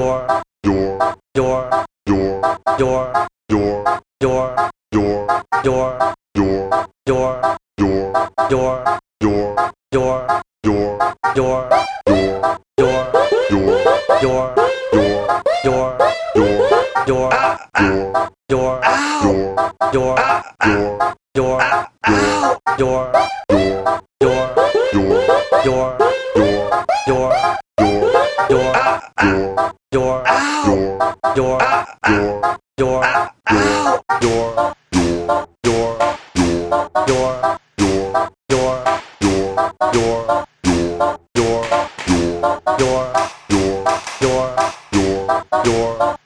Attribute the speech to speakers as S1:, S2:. S1: door
S2: door,
S1: door
S2: door,
S1: door
S2: door,
S1: door
S2: door,
S1: door
S2: door,
S1: door
S2: door,
S1: door
S2: door,
S1: door
S2: door,
S1: door
S2: door,
S1: door
S2: door,
S1: door
S2: door,
S1: door
S2: door,
S1: door
S2: door, door, door,
S1: door door door
S2: door, door, door,
S1: door door door
S2: door, door, door, door, door, door, door, door, door, door, door, door,
S1: door door door door door door door door door door door door
S2: door,
S1: door
S2: door,
S1: door